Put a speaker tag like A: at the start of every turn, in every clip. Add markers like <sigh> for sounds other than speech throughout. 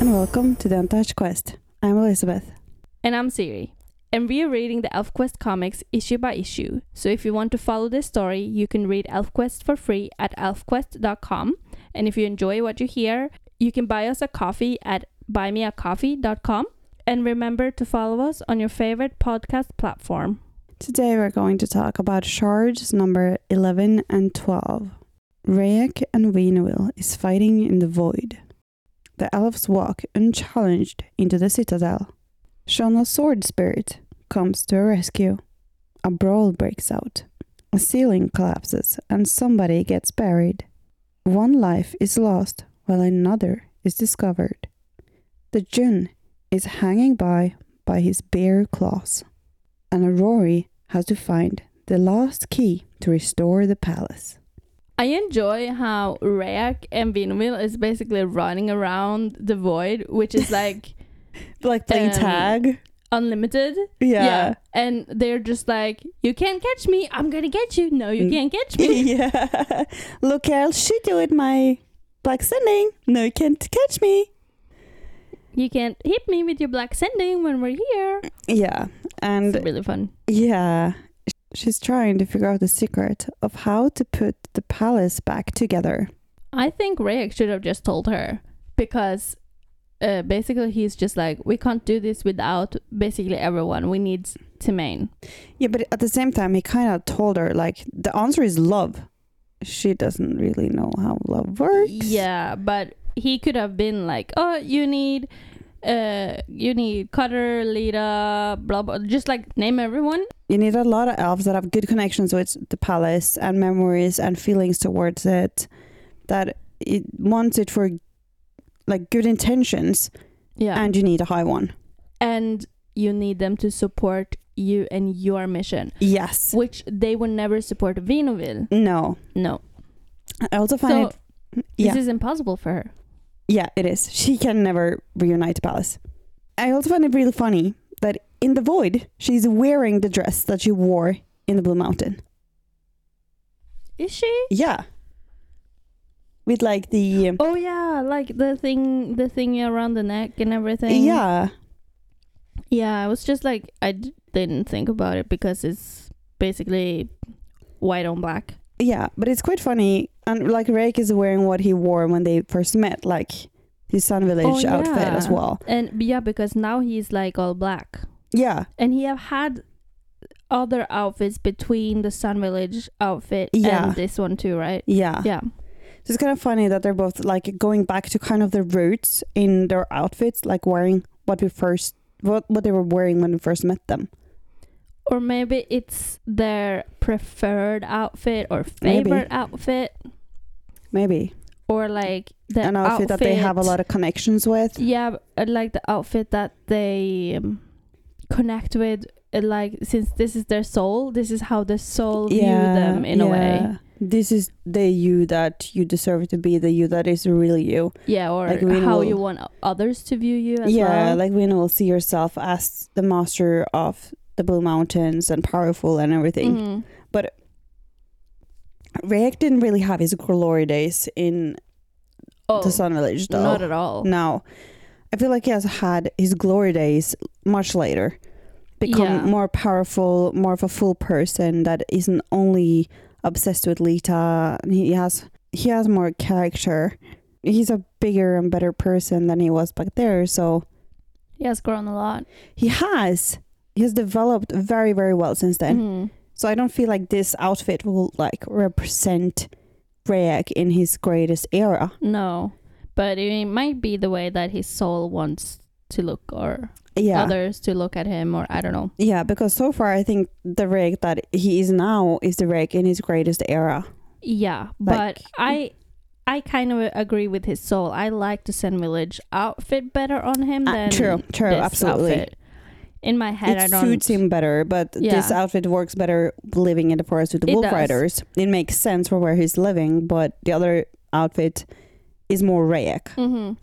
A: welcome to the Untouched Quest. I'm Elizabeth.
B: And I'm Siri. And we are reading the ElfQuest comics issue by issue. So if you want to follow this story, you can read ElfQuest for free at elfquest.com. And if you enjoy what you hear, you can buy us a coffee at buymeacoffee.com. And remember to follow us on your favorite podcast platform.
A: Today we're going to talk about shards number 11 and 12. Rayek and Vinoil is fighting in the void. The elves walk unchallenged into the citadel. Shona Sword Spirit comes to her rescue. A brawl breaks out. A ceiling collapses and somebody gets buried. One life is lost while another is discovered. The Jinn is hanging by by his bare claws. And Rory has to find the last key to restore the palace.
B: I enjoy how Rayak and Vinwil is basically running around the void,
A: <laughs>
B: which is like
A: Like playing
B: Um,
A: tag.
B: unlimited.
A: Yeah.
B: And they're just like, you can't catch me. I'm going to get you. No, you
A: Mm.
B: can't catch
A: <laughs> Yeah. <laughs>
B: me.
A: Look, I'll shoot you with my black sending. No, you can't catch me.
B: you can't hit me with your black sending when we're here.
A: Yeah. And
B: it's really fun.
A: Yeah. She's trying to figure out the secret of how to put the palace back together.
B: I think Rayek should have just told her because uh, basically he's just like, we can't do this without basically everyone. We need Timane.
A: Yeah, but at the same time, he kind of told her, like, the answer is love. She doesn't really know how love works.
B: Yeah, but he could have been like, oh, you need. Uh, you need Cutter, Lita, blah blah. Just like name everyone.
A: You need a lot of elves that have good connections with the palace and memories and feelings towards it, that it wants it for, like, good intentions,
B: Yeah, and,
A: and you need a high one.
B: you need them to support you and your mission,
A: Yes.
B: which they would never support Vinoville.
A: No.
B: No,
A: I also find
B: so
A: it yeah.
B: this is impossible for her.
A: Yeah, it is. She can never reunite the palace. I also find it really funny that in the void, she's wearing the dress that she wore in the Blue Mountain.
B: Is she?
A: Yeah. With like the.
B: Oh yeah, like the thing, the thing around the neck and everything.
A: Yeah.
B: yeah. I was just like, I d- didn't think about it because it's basically white on black.
A: Yeah. But it's quite funny. And like Rake is wearing what he wore when they first met, like his Sun Village
B: Oh,
A: outfit
B: yeah.
A: as well.
B: And yeah, because now he's like all black,
A: Yeah.
B: and he have had other outfits between the Sun Village outfit
A: Yeah.
B: and this one too, right?
A: Yeah.
B: Yeah,
A: So it's kind of funny that they're both like going back to kind of their roots in their outfits, like wearing what we first, what, what they were wearing when we first met them.
B: or maybe it's their preferred outfit or favorite outfit,
A: Maybe.
B: or like the
A: An outfit, that they have a
B: outfit-
A: lot of connections with.
B: yeah but I like the outfit that they um, connect with uh, like since this is their soul this is how the soul view them in a way
A: This is the you that you deserve to be, the you that is really you.
B: yeah or
A: Like we
B: how
A: know-
B: you want o- others to view you as
A: yeah,
B: well
A: like when will see yourself as the master of the Blue Mountains and powerful and everything.
B: Mhm. Mm-hmm.
A: Rayek didn't really have his glory days in
B: oh
A: the Sun Village, though.
B: not at all
A: No. I feel like he has had his glory days much later. Become
B: Yeah.
A: more powerful, more of a full person that isn't only obsessed with Lita. He has he has more character. He's a bigger and better person than he was back there, so
B: he has grown a lot
A: he has he has developed very, very well since then.
B: Mhm.
A: So I don't feel like this outfit will like represent Rayek in his greatest era.
B: no but it might be the way that his soul wants to look or
A: Yeah.
B: others to look at him or i don't know
A: Yeah, because so far I think the rig that he is now is the rig in his greatest era.
B: Yeah,
A: Like-
B: but I I kind of agree with his soul. I like the Sun Village outfit better on him
A: Uh,
B: than
A: true, true,
B: this
A: absolutely.
B: outfit. In my head, I
A: It
B: don't.
A: suits him better, but this
B: Yeah.
A: outfit works better living in the forest with the
B: It
A: wolf
B: does.
A: riders. It makes sense for where he's living, but the other outfit is more Rayek.
B: Mhm.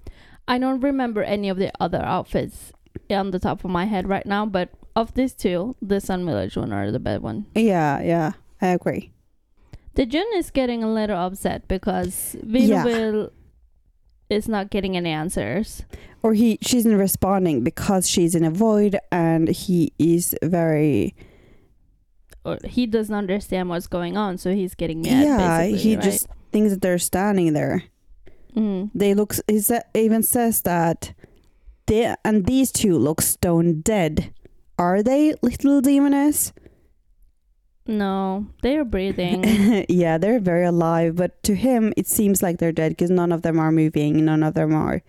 B: I don't remember any of the other outfits on the top of my head right now, but of these two, the Sun Village one are the bad one.
A: Yeah, yeah, I agree.
B: The Jun is getting a little upset because
A: Yeah.
B: Vinville is not getting any answers.
A: or he she's not responding because she's in a void and he is very
B: Or he doesn't understand what's going on, so he's getting mad.
A: yeah
B: basically,
A: he
B: right?
A: just thinks that they're standing there
B: Mm.
A: they look he sa- even says that they and these two look stone dead are they little demoness <laughs>
B: No, they are breathing.
A: <laughs> yeah they're very alive but to him it seems like they're dead because none of them are moving none of them are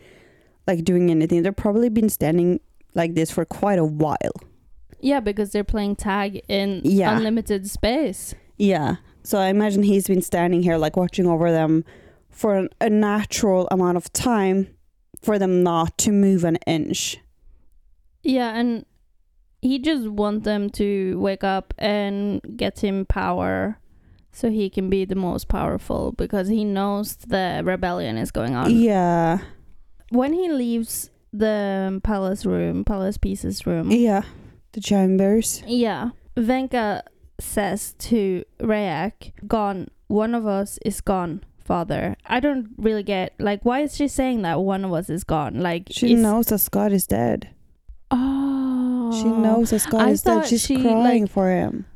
A: like doing anything they've probably been standing like this for quite a while
B: yeah, because they're playing tag in
A: Yeah.
B: unlimited space.
A: Yeah. So I imagine he's been standing here, like watching over them for an, a natural amount of time for them not to move an inch.
B: Yeah, and he just want them to wake up and get him power so he can be the most powerful because he knows the rebellion is going on.
A: yeah.
B: When he leaves the palace room, palace pieces room.
A: Yeah. The chambers.
B: Yeah. Venka says to Rayak, Gone. One of us is gone, father. I don't really get, like, why is she saying that one of us is gone? Like,
A: She
B: is-
A: knows that Scott is dead.
B: Oh.
A: She knows that Scott
B: I
A: is dead.
B: thought
A: She's
B: she,
A: crying
B: like-
A: for him.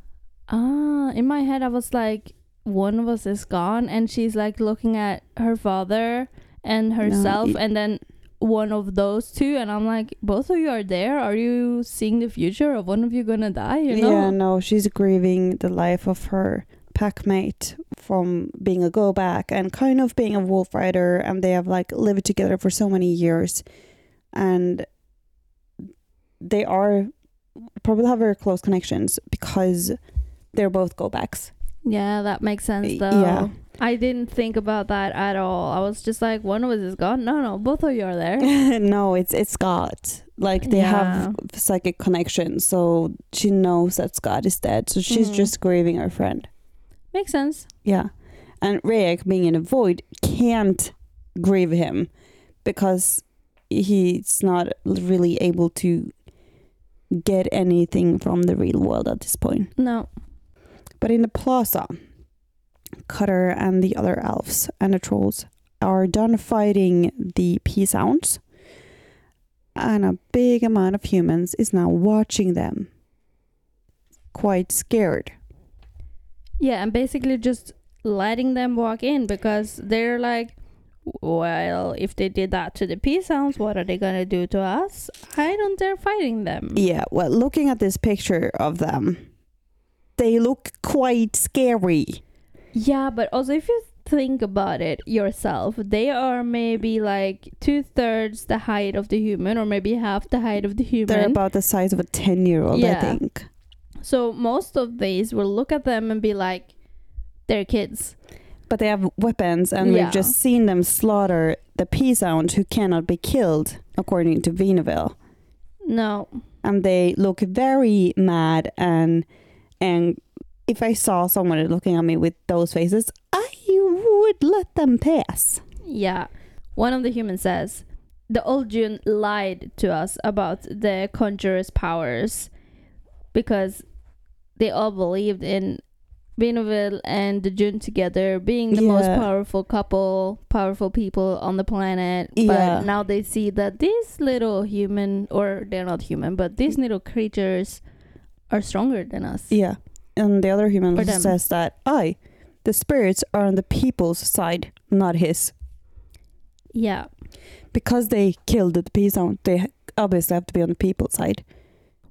B: Ah, in my head, I was like, one of us is gone. And she's like looking at her father and herself,
A: it-
B: and then one of those two. And I'm like, both of you are there. Are you seeing the future of one of you gonna die? You know?
A: Yeah, no, she's grieving the life of her packmate from being a go back and kind of being a wolf rider and they have like lived together for so many years and they are probably have very close connections because they're both go backs.
B: Yeah, that makes sense
A: Y-
B: though.
A: yeah.
B: I didn't think about that at all. I was just like, one of us is gone. No, no, both of you are there.
A: no, it's it's Scott. <laughs> Like they have psychic connections, so she knows that Scott is dead. So she's
B: Mhm.
A: just grieving her friend.
B: Makes sense.
A: Yeah. And Rayek being in a void can't grieve him because he's not really able to get anything from the real world at this point.
B: No.
A: But in the plaza, Cutter and the other elves and the trolls are done fighting the peace hounds. And a big amount of humans is now watching them, quite scared.
B: Yeah, and basically just letting them walk in because they're like, well, if they did that to the peace hounds, what are they gonna do to us? I don't dare fighting them.
A: Yeah, well, looking at this picture of them, they look quite scary.
B: Yeah, but also if you think about it yourself, they are maybe like two thirds the height of the human, or maybe half the height of the human.
A: They're about the size of a 10 year old, I
B: Yeah.
A: think.
B: So most of these will look at them and be like, they're kids.
A: But they have weapons, and
B: Yeah.
A: we've just seen them slaughter the peasant who cannot be killed, according to Veneville.
B: No.
A: And they look very mad, and and if I saw someone looking at me with those faces, I would let them pass.
B: Yeah. One of the humans says, the old June lied to us about the conjurer's powers because they all believed in Vinoville and the June together being the most
A: Yeah.
B: powerful couple, powerful people on the planet.
A: Yeah.
B: But now they see that these little human, or they're not human, but these little creatures are stronger than us.
A: Yeah. And the other human
B: Or
A: also
B: them.
A: says that I, the spirits are on the people's side, not his.
B: yeah.
A: Because they killed the peasant, they obviously have to be on the people's side.
B: Mm-hmm.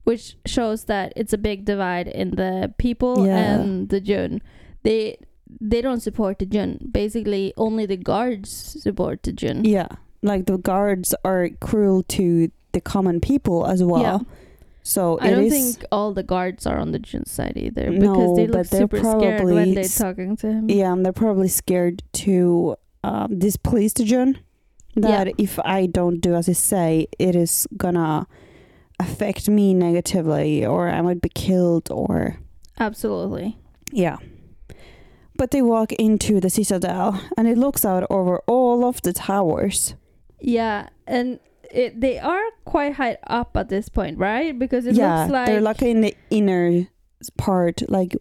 B: which shows that it's a big divide in the people
A: Yeah.
B: and the Jun. They they don't support the Jun. Basically, only the guards support the Jun.
A: Yeah. Like the guards are cruel to the common people as well.
B: Yeah.
A: So
B: I
A: it
B: don't
A: is-
B: think all the guards are on the Jun side either because
A: No,
B: they look
A: but they're
B: super scared when
A: probably
B: they're
A: s-
B: talking to him.
A: Yeah, and they're probably scared to um, displease the Jun. That if I don't do as I say, it is gonna affect me negatively, or I might be killed, or
B: Absolutely.
A: Yeah. But they walk into the citadel and it looks out over all of the towers.
B: Yeah, and it, they are quite high up at this point, right? Because it
A: yeah,
B: looks like
A: they're like in the inner part, like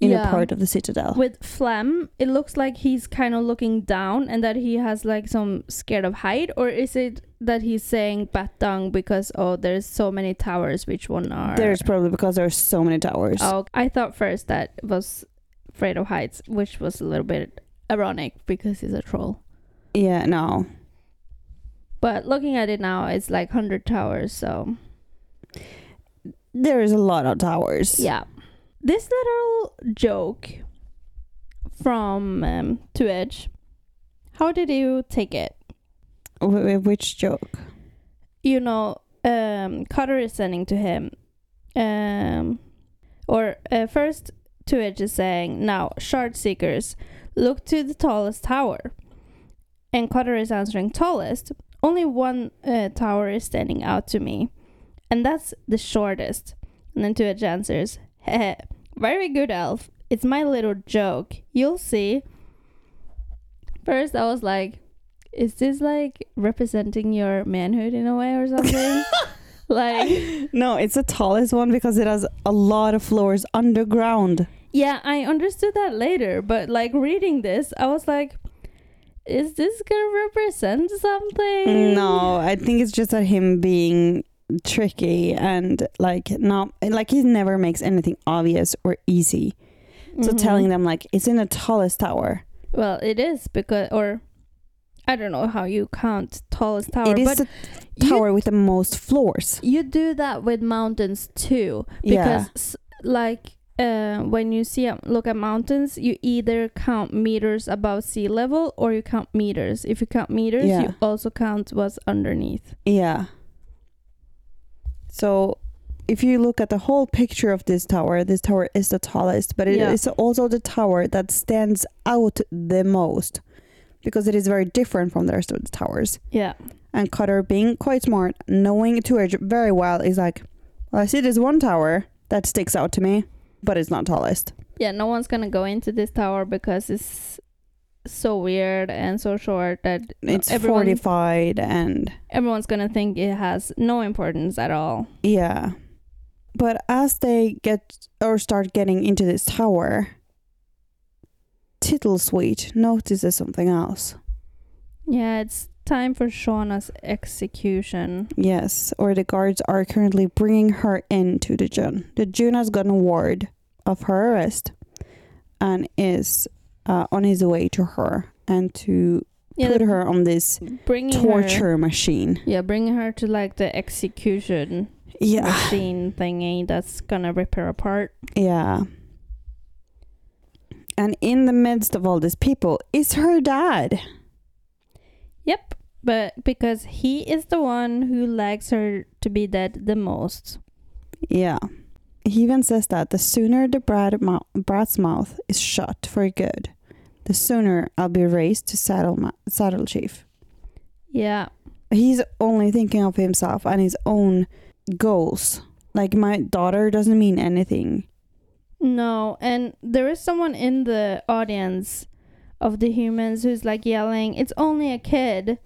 A: inner
B: Yeah.
A: part of the citadel.
B: With Flem, it looks like he's kind of looking down and that he has like some scared of height, or is it that he's saying Batang because oh, there's so many towers, which one are?
A: There's probably because there are so many towers.
B: Oh, I thought first that was afraid of heights, which was a little bit ironic because he's a troll.
A: Yeah, no.
B: But looking at it now, it's like hundred towers, so
A: There is a lot of towers.
B: yeah. This little joke from um, Two Edge, how did you take it?
A: Wh- wh- which joke?
B: you know, um, Cutter is sending to him, um, or uh, first Two Edge is saying, "Now, shard seekers, look to the tallest tower," and Cutter is answering, "Tallest. Only one uh, tower is standing out to me, and that's the shortest." And then Two Edge answers, "Heh, very good, Elf. It's my little joke. You'll see." First, I was like, is this like representing your manhood in a way or
A: <laughs>
B: something? like,
A: No, it's the tallest one because it has a lot of floors underground.
B: yeah, I understood that later, but like reading this, I was like, is this gonna represent something?
A: No, I think it's just that him being tricky and like not like he never makes anything obvious or easy. So
B: Mhm.
A: telling them like it's in the tallest tower.
B: Well, it is because, or I don't know how you count tallest tower,
A: it is
B: but
A: the
B: you-
A: tower with the most floors.
B: you do that with mountains too
A: Yeah.
B: because s like uh, when you see a, look at mountains you either count meters above sea level or you count meters if you count meters
A: Yeah.
B: you also count what's underneath
A: Yeah. So if you look at the whole picture of this tower, this tower is the tallest, but it is
B: Yeah.
A: also the tower that stands out the most because it is very different from the rest of the towers.
B: yeah
A: And Cutter, being quite smart, knowing to edge very well, is like, well, I see this one tower that sticks out to me, but it's not tallest.
B: yeah no one's gonna go into this tower because it's so weird and so short that
A: It's
B: everyone-
A: fortified and
B: everyone's gonna think it has no importance at all
A: Yeah. But as they get or start getting into this tower, Tittlesweet notices something else.
B: yeah it's time for shauna's execution
A: Yes, or the guards are currently bringing her into the June. The June has gotten word of her arrest and is uh, on his way to her and to
B: yeah
A: put
B: they're
A: her on this
B: bringing her-
A: torture machine.
B: Yeah, bringing her to like the execution
A: <sighs> Yeah,
B: machine thingy that's gonna rip her apart.
A: yeah. And in the midst of all these people is her dad.
B: Yep. But because he is the one who likes her to be dead the most.
A: Yeah. He even says that the sooner the brat mou- brat's mouth is shut for good, the sooner I'll be raised to saddle ma- saddle chief.
B: Yeah.
A: He's only thinking of himself and his own goals. Like my daughter doesn't mean anything.
B: No, and there is someone in the audience of the humans who's like yelling, It's only a kid.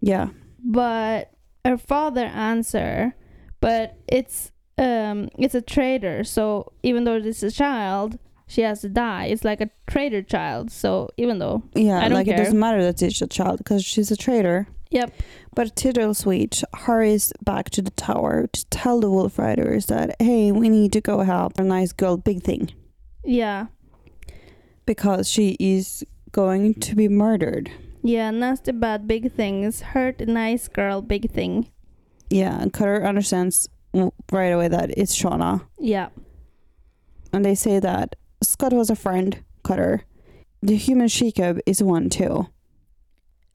A: Yeah.
B: But her father answer, but it's um it's a traitor, so even though this is a child, she has to die. It's like a traitor child, so even though
A: Yeah,
B: I don't
A: like it
B: care.
A: doesn't matter that it's a child because she's a traitor.
B: Yep.
A: But Tittlesweet hurries back to the tower to tell the Wolf Riders that, hey, we need to go help a nice girl, big thing,
B: Yeah.
A: because she is going to be murdered.
B: Yeah, nasty bad big things. Hurt nice girl big thing.
A: Yeah, and Cutter understands w- right away that it's Shauna.
B: Yeah.
A: And they say that Scott was a friend, Cutter. The human Shekub is one too.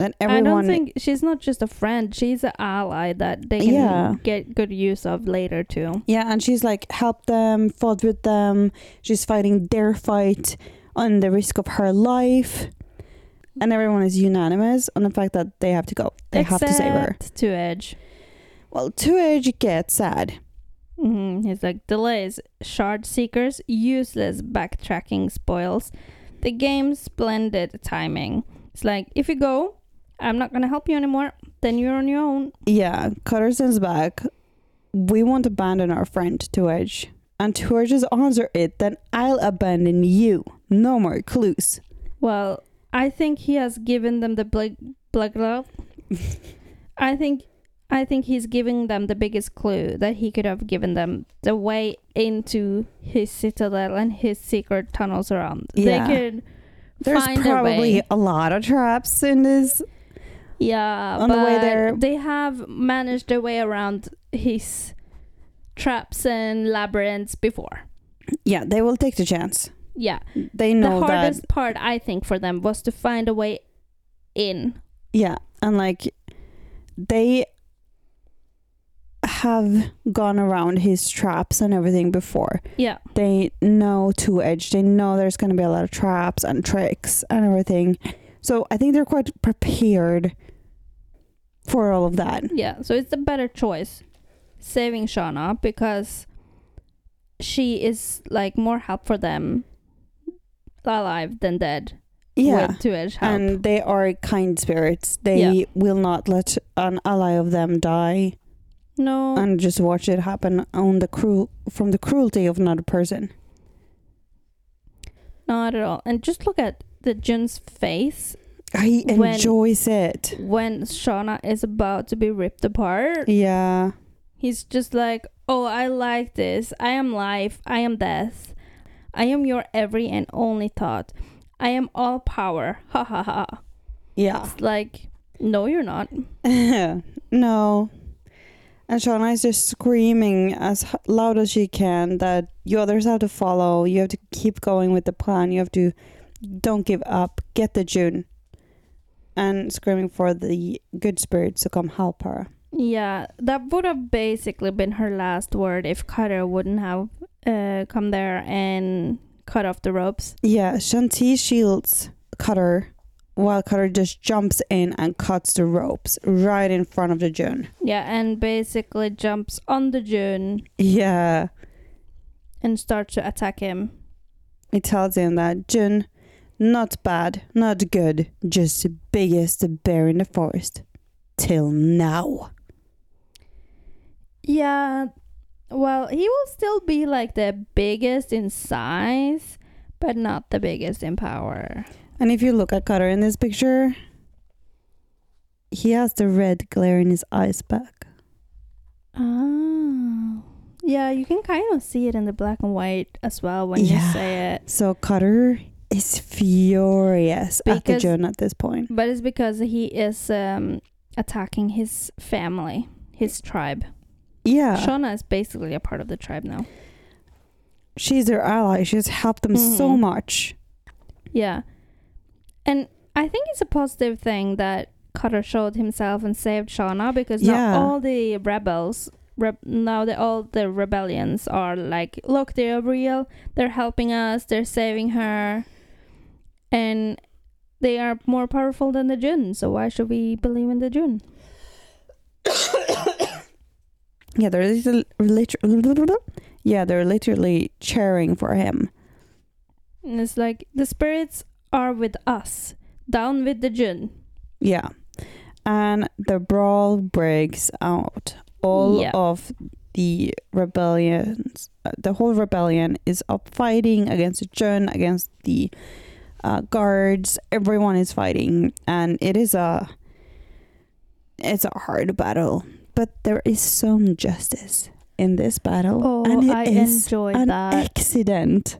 A: And everyone.
B: I don't think she's not just a friend, she's an ally that they can
A: Yeah.
B: get good use of later too.
A: yeah, and she's like, help them, fought with them. She's fighting their fight on the risk of her life. And everyone is unanimous on the fact that they have to go. They have to save her.
B: Except to Edge.
A: Well, Two Edge gets sad.
B: hmm He's like delays, shard seekers, useless backtracking spoils. The game's splendid timing. It's like if you go, I'm not gonna help you anymore. Then you're on your own.
A: Yeah, Cutter sends back. We won't abandon our friend, Two Edge. and Torges answer it, then I'll abandon you. No more clues.
B: Well, I think he has given them the big blah, blah.
A: <laughs>
B: I think I think he's giving them the biggest clue that he could have given them the way into his citadel and his secret tunnels around.
A: Yeah.
B: They could
A: There's
B: find a
A: probably
B: way.
A: a lot of traps in this.
B: Yeah,
A: on the
B: but
A: way there.
B: they have managed their way around his traps and labyrinths before.
A: Yeah, they will take the chance.
B: Yeah.
A: They know
B: the
A: that.
B: hardest part I think for them was to find a way in.
A: Yeah, and like they have gone around his traps and everything before.
B: Yeah.
A: They know two edge. They know there's going to be a lot of traps and tricks and everything. So I think they're quite prepared for all of that.
B: Yeah, so it's the better choice saving Shauna because she is like more help for them alive than dead.
A: Yeah.
B: With two edge help.
A: and they are kind spirits. They
B: Yeah.
A: will not let an ally of them die
B: no.
A: and just watch it happen on the cruel from the cruelty of another person.
B: not at all. And just look at the Jun's face
A: He
B: When-
A: enjoys it.
B: when Shauna is about to be ripped apart.
A: Yeah.
B: He's just like, "Oh, I like this. I am life. I am death. I am your every and only thought. I am all power." <laughs> Ha ha ha.
A: Yeah.
B: It's like, "No, you're not."
A: <laughs> no. And Shauna is just screaming as h- loud as she can that you others have to follow. You have to keep going with the plan. You have to don't give up. Get the June. And screaming for the good spirits to come help her.
B: Yeah, that would have basically been her last word if Cutter wouldn't have uh, come there and cut off the ropes.
A: Yeah, Shanti shields Cutter while Cutter just jumps in and cuts the ropes right in front of the June.
B: Yeah, and basically jumps on the June
A: Yeah.
B: and starts to attack him.
A: It tells him that June, not bad, not good, just the biggest bear in the forest. Till now.
B: Yeah, well, he will still be like the biggest in size, but not the biggest in power.
A: And if you look at Cutter in this picture, he has the red glare in his eyes back.
B: Oh. Yeah, you can kind of see it in the black and white as well when
A: Yeah.
B: you say it.
A: So Cutter is furious at the
B: Because-
A: June at this point.
B: But it's because he is um, attacking his family, his tribe.
A: Yeah.
B: Shauna is basically a part of the tribe now.
A: she's their ally. She's helped them so
B: Mhm.
A: much. <coughs>
B: Yeah. And I think it's a positive thing that Cutter showed himself and saved Shauna because
A: Yeah.
B: now all the rebels, reb- now the, all the rebellions are like, look, they are real. They're helping us. They're saving her. And they are more powerful than the Jun. So why should we believe in the Jun?
A: Yeah, they're literally, literally, yeah, they're literally cheering for him.
B: And it's like the spirits are with us, down with the Jun.
A: Yeah, and the brawl breaks out. All
B: Yeah.
A: of the rebellions, uh, the whole rebellion is up fighting against the Jun, against the uh, guards. Everyone is fighting, and it is a it's a hard battle. But there is some justice in this battle,
B: Oh,
A: and it is.
B: I enjoyed
A: an
B: that.
A: accident.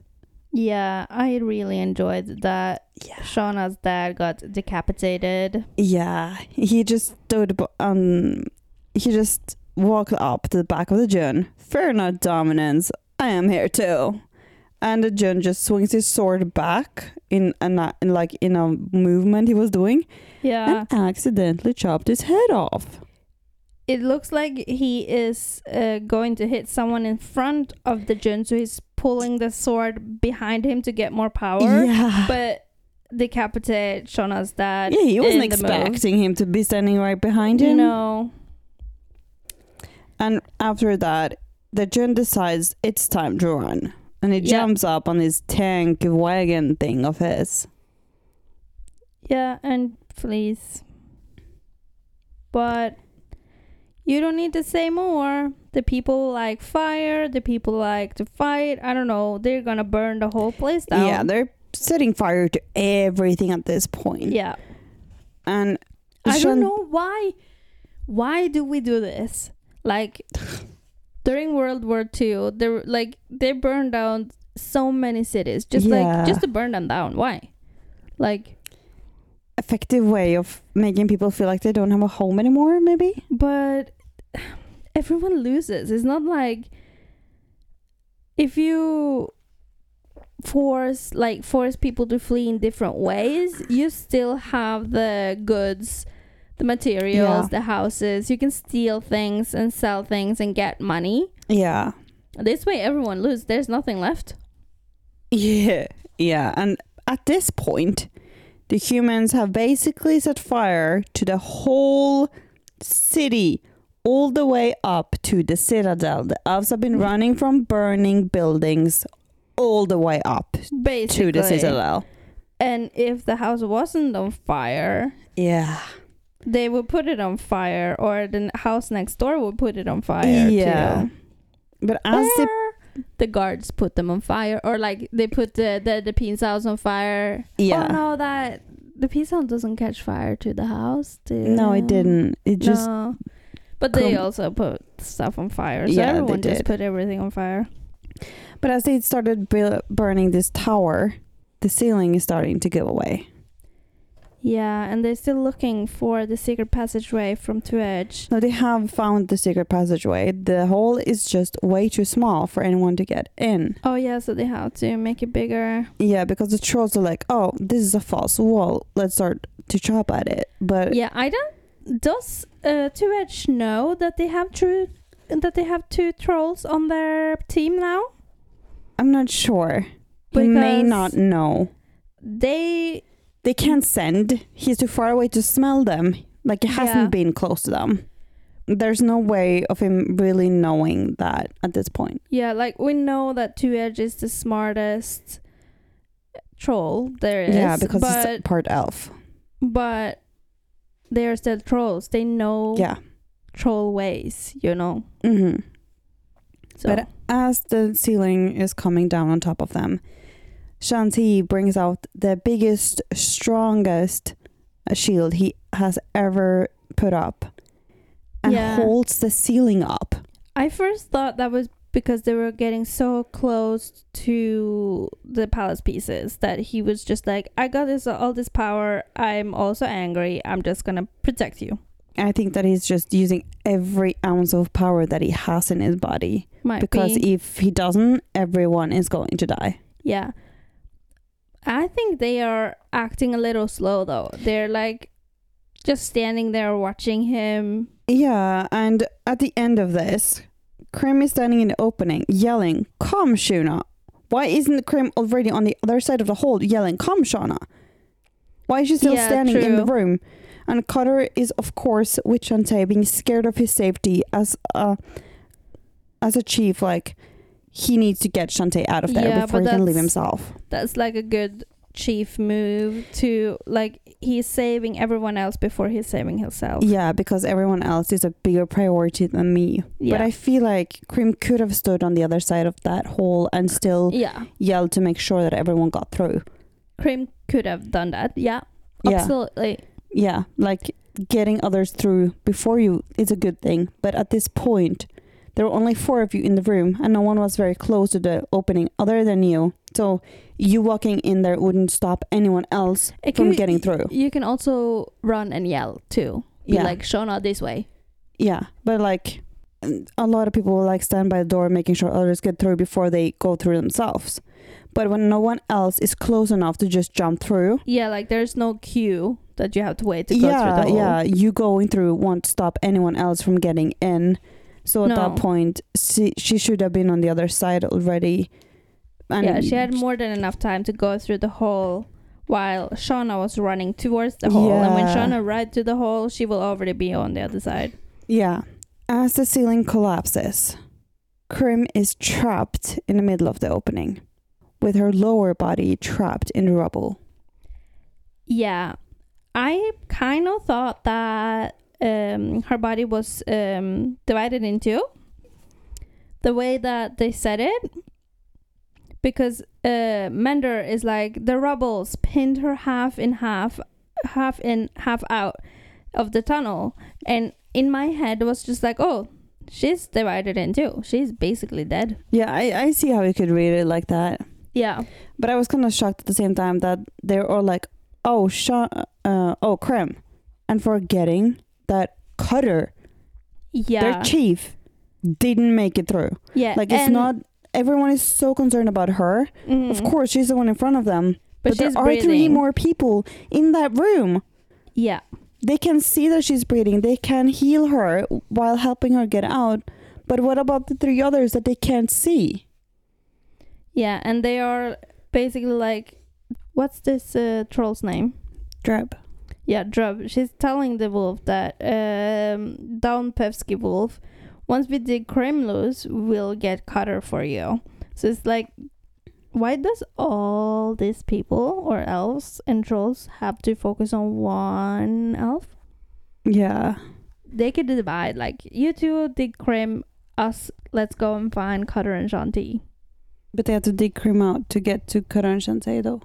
B: yeah, I really enjoyed that.
A: Yeah.
B: Shauna's dad got decapitated.
A: Yeah, he just stood. b- Um, he just walked up to the back of the Jun. Fair not dominance. I am here too. And the Jun just swings his sword back in a na- in like in a movement he was doing,
B: Yeah.
A: and accidentally chopped his head off.
B: it looks like he is uh, going to hit someone in front of the Jun, so he's pulling the sword behind him to get more power.
A: yeah,
B: But decapitate Shauna's dad.
A: yeah, he wasn't
B: in the move.
A: expecting him to be standing right behind him.
B: No.
A: And after that, the Jun decides it's time to run. And he
B: Yeah.
A: jumps up on his tank wagon thing of his.
B: Yeah, and fleas. But You don't need to say more. The people like fire, the people like to fight. I don't know. They're going to burn the whole place down.
A: Yeah, they're setting fire to everything at this point.
B: Yeah.
A: And
B: I don't
A: Sean-
B: know why. Why do we do this? Like during World War II, they were- like they burned down so many cities just
A: Yeah.
B: like just to burn them down. Why? Like,
A: effective way of making people feel like they don't have a home anymore, maybe?
B: but <sighs> everyone loses. It's not like if you force like force people to flee in different ways, you still have the goods, the materials,
A: Yeah.
B: the houses. You can steal things and sell things and get money.
A: Yeah.
B: This way, everyone loses. There's nothing left.
A: <laughs> Yeah. Yeah. And at this point, the humans have basically set fire to the whole city, all the way up to the citadel. The elves have
B: <laughs>
A: been running from burning buildings all the way up to
B: Basically.
A: the citadel.
B: And if the house wasn't on fire,
A: Yeah.
B: they would put it on fire, or the n- house next door would put it on fire.
A: Yeah.
B: Yeah.
A: But as the
B: the guards put them on fire, or like they put the the, the pin house on fire.
A: yeah.
B: Oh no, that the pin house doesn't catch fire to the house. Dude.
A: no, it didn't. It just
B: no. But they
A: com-
B: also put stuff on fire. So
A: Yeah, they
B: everyone just
A: did.
B: put everything on fire.
A: But as they started bu- burning this tower, the ceiling is starting to give away.
B: Yeah, and they're still looking for the secret passageway from Twitch.
A: Now they have found the secret passageway. The hole is just way too small for anyone to get in.
B: Oh yeah, so they have to make it bigger.
A: Yeah, because the trolls are like, "Oh, this is a false wall. Let's start to chop at it." But
B: Yeah, I don't. Does uh, Two Edge know that they have true that they have two trolls on their team now?
A: I'm not sure. He may
B: Because-
A: not know.
B: They
A: They can't send. He's too far away to smell them. Like he hasn't
B: Yeah.
A: been close to them. There's no way of him really knowing that at this point.
B: yeah, like we know that Two Edge is the smartest troll there is.
A: yeah, because
B: but
A: it's part elf.
B: but they are still trolls. They know
A: Yeah.
B: troll ways, you know.
A: hmm
B: So
A: But uh, as the ceiling is coming down on top of them, Shanti brings out the biggest, strongest uh, shield he has ever put up and
B: Yeah.
A: holds the ceiling up.
B: I first thought that was because they were getting so close to the palace pieces that he was just like, I got this all this power. I'm also angry. I'm just gonna protect you.
A: I think that he's just using every ounce of power that he has in his body
B: Might
A: because
B: be.
A: if he doesn't, everyone is going to die.
B: yeah. I think they are acting a little slow though. They're like just standing there watching him.
A: Yeah, and at the end of this, Krim is standing in the opening, yelling, Come, Shuna. Why isn't Krim already on the other side of the hall yelling, Come, Shauna? Why is she still
B: Yeah,
A: standing in the
B: true.
A: room? And Cutter is, of course, with Shantae, being scared of his safety as a, as a chief. Like, he needs to get Shantae out of there
B: Yeah,
A: before he
B: but
A: can leave
B: that's-
A: himself.
B: That's like a good chief move to like he's saving everyone else before he's saving himself.
A: Yeah, because everyone else is a bigger priority than me.
B: Yeah.
A: But I feel like Krim could have stood on the other side of that hall and still
B: yeah.
A: yelled to make sure that everyone got through.
B: Cream could have done that. Yeah,
A: Yeah.
B: absolutely.
A: Yeah, like getting others through before you is a good thing. But at this point, there were only four of you in the room and no one was very close to the opening other than you. So you walking in there wouldn't stop anyone else
B: It
A: from
B: could-
A: getting through.
B: You can also run and yell too. Be
A: Yeah.
B: like Shona this way.
A: Yeah, but like a lot of people will like stand by the door making sure others get through before they go through themselves. But when no one else is close enough to just jump through,
B: Yeah, like there's no queue that you have to wait to go
A: yeah,
B: through the hole.
A: yeah, you going through won't stop anyone else from getting in. So at that
B: No.
A: point, she, she should have been on the other side already. And
B: yeah, she had more than enough time to go through the hole while Shauna was running towards the hole. And when
A: Yeah.
B: Shauna rides to the hole, she will already be on the other side.
A: Yeah. As the ceiling collapses, Krim is trapped in the middle of the opening, with her lower body trapped in the rubble.
B: Yeah. I kind of thought that uh, um, her body was um, divided into. The way that they said it, because uh, Mender is like the rebels pinned her half in half, half in half out of the tunnel, and in my head was just like, oh, she's divided in two. She's basically dead.
A: Yeah, I, I see how you could read it like that.
B: Yeah.
A: But I was kind of shocked at the same time that they're all like, oh, sh- uh, oh, Krem. And forgetting that Cutter,
B: Yeah.
A: their chief, didn't make it through.
B: yeah.
A: Like, it's
B: and-
A: not, everyone is so concerned about her.
B: Mhm.
A: Of course, she's the one in front of them.
B: but,
A: there
B: she's
A: are three
B: breathing.
A: more people in that room.
B: Yeah.
A: They can see that she's breathing, they can heal her while helping her get out. But what about the three others that they can't see?
B: Yeah, and they are basically like, what's this uh, troll's name?
A: Drab.
B: Yeah, Drub. She's telling the wolf that um, down Pevsky wolf. Once we dig Krem loose, we'll get Cutter for you. So it's like, why does all these people or elves and trolls have to focus on one elf?
A: Yeah.
B: They could divide like you two dig Krem, us. Let's go and find Cutter and Shanti.
A: But they had to dig him out to get to Karan Shantae, though,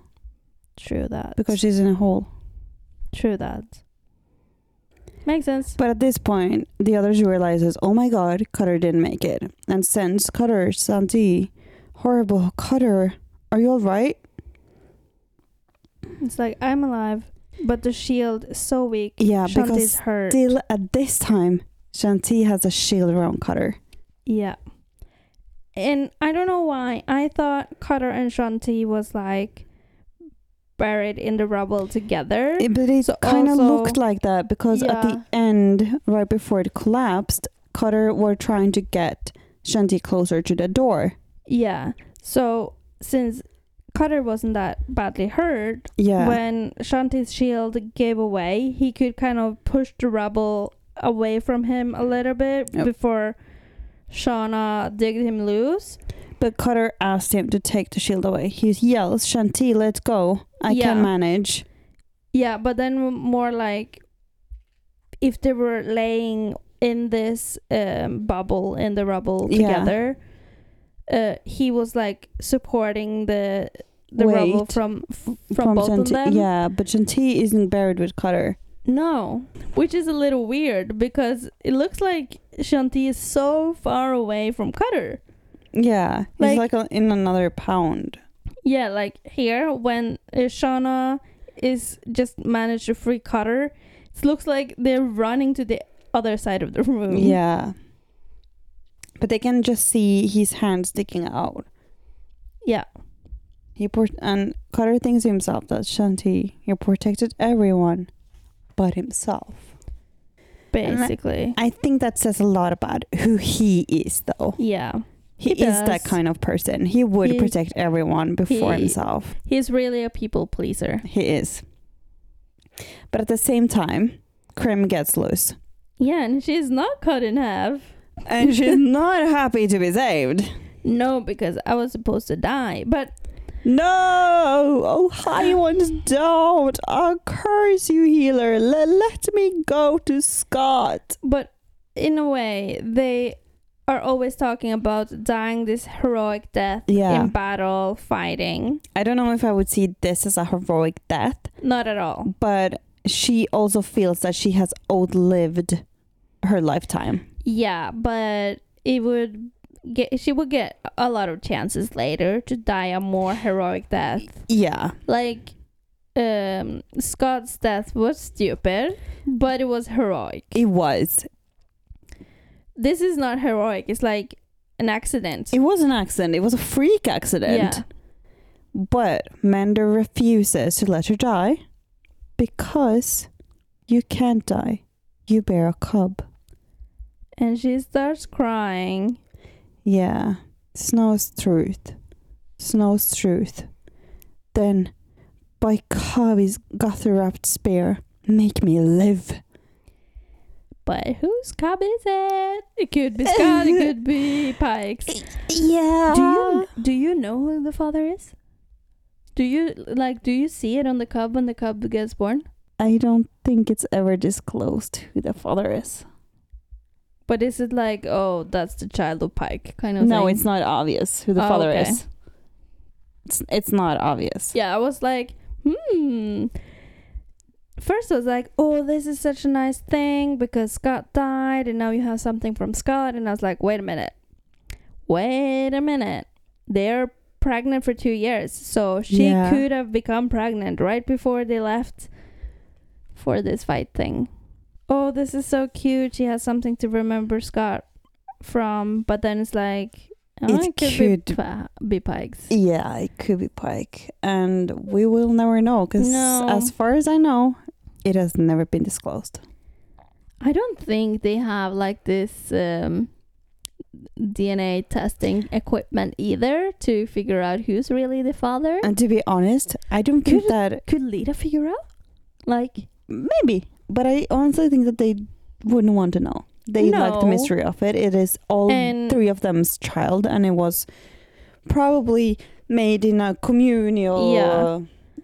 B: True that.
A: because she's in a hole.
B: True that. Makes sense.
A: But at this point, the others realizes, oh my god, Cutter didn't make it. And sends Cutter, Santi, horrible, Cutter, are you alright?
B: It's like I'm alive, but the shield is so weak.
A: Yeah,
B: Shanti's
A: because
B: hurt.
A: still at this time, Shanti has a shield around Cutter.
B: yeah. And I don't know why I thought Cutter and Shanti was like buried in the rubble together.
A: It- But it
B: So
A: kind of
B: also-
A: looked like that because at the end, right before it collapsed, Cutter were trying to get Shanti closer to the door.
B: yeah. So since Cutter wasn't that badly hurt,
A: Yeah.
B: when Shanti's shield gave away, he could kind of push the rubble away from him a little bit
A: Yep.
B: before Shauna digged him loose.
A: But Cutter asked him to take the shield away. He yells, Shanti, let's go. I
B: Yeah.
A: can manage.
B: Yeah, but then m- more like if they were laying in this um, bubble in the rubble
A: Yeah.
B: together, uh, he was like supporting the the rubble
A: Weight
B: from f- from, both of
A: Shanti-
B: them.
A: Yeah, but Shanti isn't buried with Cutter.
B: No, which is a little weird because it looks like Shanti is so far away from Cutter.
A: Yeah,
B: Like-
A: he's like a, in another pound.
B: Yeah, like here when uh, Shauna is just managed to free Cutter, it looks like they're running to the other side of the room.
A: Yeah. But they can just see his hand sticking out.
B: Yeah.
A: He por- and Cutter thinks to himself that Shanti, he protected everyone but himself.
B: basically.
A: I think that says a lot about who he is, though.
B: yeah.
A: He,
B: He
A: is that
B: does.
A: kind of person. He would
B: He-
A: protect everyone before
B: he-
A: himself.
B: He's really a people pleaser.
A: He is. But at the same time, Krim gets loose.
B: Yeah, and she's not cut in half.
A: <laughs> And she's not happy to be saved.
B: No, because I was supposed to die. But
A: No! Oh, high ones, don't! I curse you, healer! Le- let me go to Scott!
B: but in a way, they are always talking about dying this heroic death
A: Yeah.
B: in battle, fighting.
A: I don't know if I would see this as a heroic death,
B: Not at all.
A: but she also feels that she has outlived her lifetime.
B: Yeah, but it would get she would get a lot of chances later to die a more heroic death.
A: Yeah.
B: like um Scott's death was stupid, but it was heroic.
A: It was.
B: This is not heroic. It's like an accident.
A: It was an accident. It was a freak accident.
B: Yeah.
A: But Mender refuses to let her die because you can't die. You bear a cub.
B: And she starts crying.
A: Yeah. Snow's truth. Snow's truth. Then, by Kavi's gutter-wrapped spear, make me live.
B: But whose cub is it? It could be Scott. it
A: <laughs>
B: could be Pikes.
A: Yeah.
B: Do you do you know who the father is? Do you like? Do you see it on the cub when the cub gets born?
A: I don't think it's ever disclosed who the father is.
B: But is it like, oh, that's the child of Pike kind of
A: no,
B: thing?
A: it's not obvious who the
B: Oh,
A: father
B: okay.
A: is. It's it's not obvious.
B: Yeah, I was like, hmm. First, I was like, oh, this is such a nice thing because Scott died and now you have something from Scott. And I was like, wait a minute. Wait a minute. They're pregnant for two years. So she
A: Yeah.
B: could have become pregnant right before they left for this fight thing. Oh, this is so cute. She has something to remember Scott from. But then it's like, oh,
A: It
B: it, could, be,
A: could-
B: Pi- be Pikes.
A: Yeah, it could be Pike, and we will never know because,
B: No.
A: as far as I know, it has never been disclosed.
B: I don't think they have like this um, DNA testing equipment either to figure out who's really the father.
A: And to be honest, I don't think
B: Could-
A: that
B: Could Lita figure out? Like,
A: maybe, but I honestly think that they wouldn't want to know. They like the
B: No.
A: mystery of it. It is all
B: And-
A: three of them's child, and it was probably made in a communal.
B: Yeah.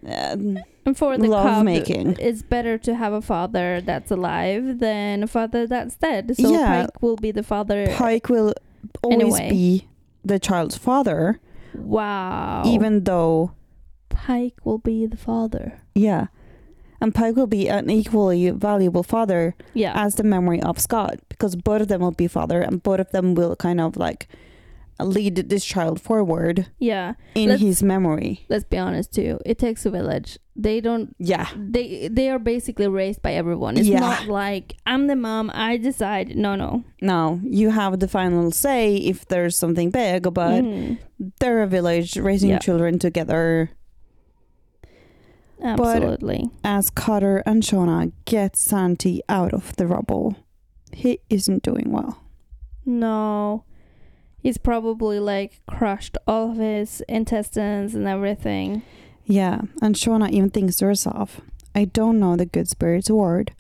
A: um,
B: and for the
A: Love
B: cub,
A: making.
B: it's better to have a father that's alive than a father that's dead. So
A: Yeah.
B: Pike will be the father.
A: Pike will always
B: way.
A: be the child's father,
B: wow.
A: even though
B: Pike will be the father.
A: yeah, and Pike will be an equally valuable father
B: Yeah.
A: as the memory of Scott because both of them will be father and both of them will kind of like lead this child forward
B: yeah.
A: in
B: Let's-
A: his memory.
B: Let's be honest too. It takes a village. They don't
A: Yeah,
B: they they are basically raised by everyone. It's
A: Yeah.
B: not like I'm the mom, I decide. No, no.
A: now you have the final say if there's something big, but
B: Mhm.
A: they're a village raising
B: Yeah.
A: children together.
B: absolutely.
A: as Cotter and Shauna get Santi out of the rubble. He isn't doing well.
B: No. He's probably like crushed all of his intestines and everything.
A: Yeah, and Shauna even thinks to herself, I don't know the good spirit's word,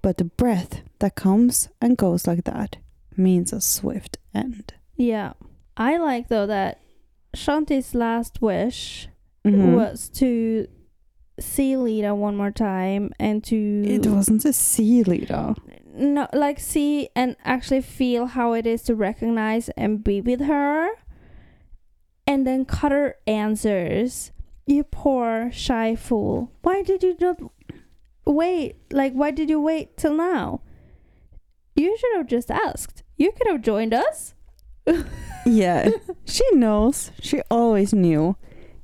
A: but the breath that comes and goes like that means a swift end.
B: Yeah. I like though that Shanti's last wish
A: Mhm.
B: was to see Lita one more time and to
A: It wasn't a sea leader.
B: no like see and actually feel how it is to recognize and be with her and then cutter answers you poor shy fool why did you not wait like why did you wait till now you should have just asked you could have joined us
A: Yeah, <laughs> she knows. She always knew.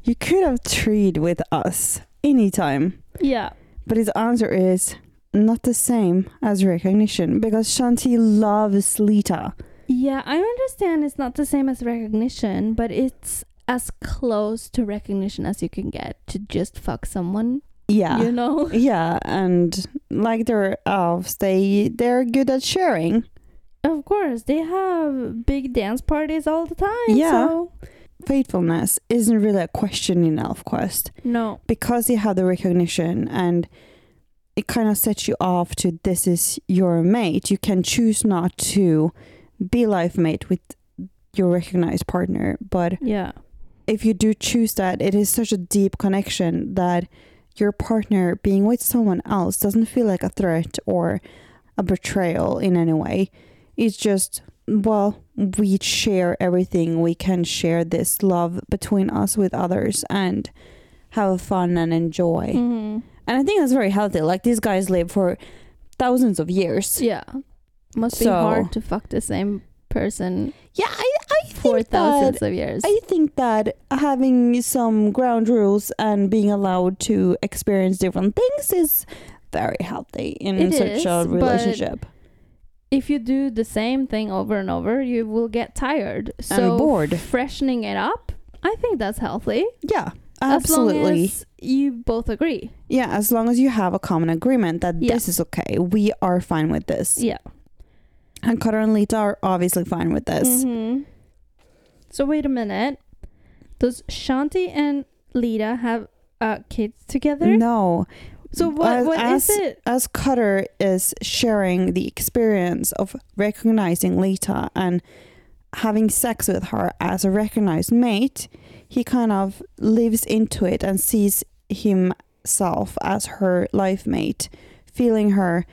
A: You could have treed with us anytime.
B: yeah
A: But his answer is not the same as recognition because Shanti loves Lita.
B: yeah i understand it's not the same as recognition but it's as close to recognition as you can get to just fuck someone
A: Yeah.
B: you know
A: Yeah, and like they're elves, they they're good at sharing.
B: Of course, they have big dance parties all the time.
A: Yeah.
B: So.
A: Faithfulness isn't really a question in ElfQuest
B: No.
A: because they have the recognition and it kind of sets you off to this is your mate. You can choose not to be life mate with your recognized partner, but
B: Yeah.
A: if you do choose that, it is such a deep connection that your partner being with someone else doesn't feel like a threat or a betrayal in any way. It's just, well, we share everything. We can share this love between us with others and have fun and enjoy.
B: Mhm.
A: And I think that's very healthy. Like these guys live for thousands of years.
B: Yeah. Must be
A: So-
B: hard to fuck the same person
A: Yeah, I, I
B: for
A: think that
B: thousands of years.
A: I think that having some ground rules and being allowed to experience different things is very healthy in
B: It
A: such a
B: is, but-
A: relationship.
B: if you do the same thing over and over, you will get tired. So
A: bored.
B: freshening it up, I think that's healthy.
A: Yeah,
B: As long
A: absolutely.
B: as you both agree.
A: yeah, as long as you have a common agreement that
B: Yeah.
A: this is okay, we are fine with this.
B: Yeah.
A: And Cutter and Lita are obviously fine with this.
B: Mhm. So wait a minute. Does Shanti and Lita have uh, kids together?
A: No,
B: So what,
A: As-
B: what is
A: as-
B: it?
A: as Cutter is sharing the experience of recognizing Lita and having sex with her as a recognized mate, he kind of lives into it and sees him self as her life mate, feeling her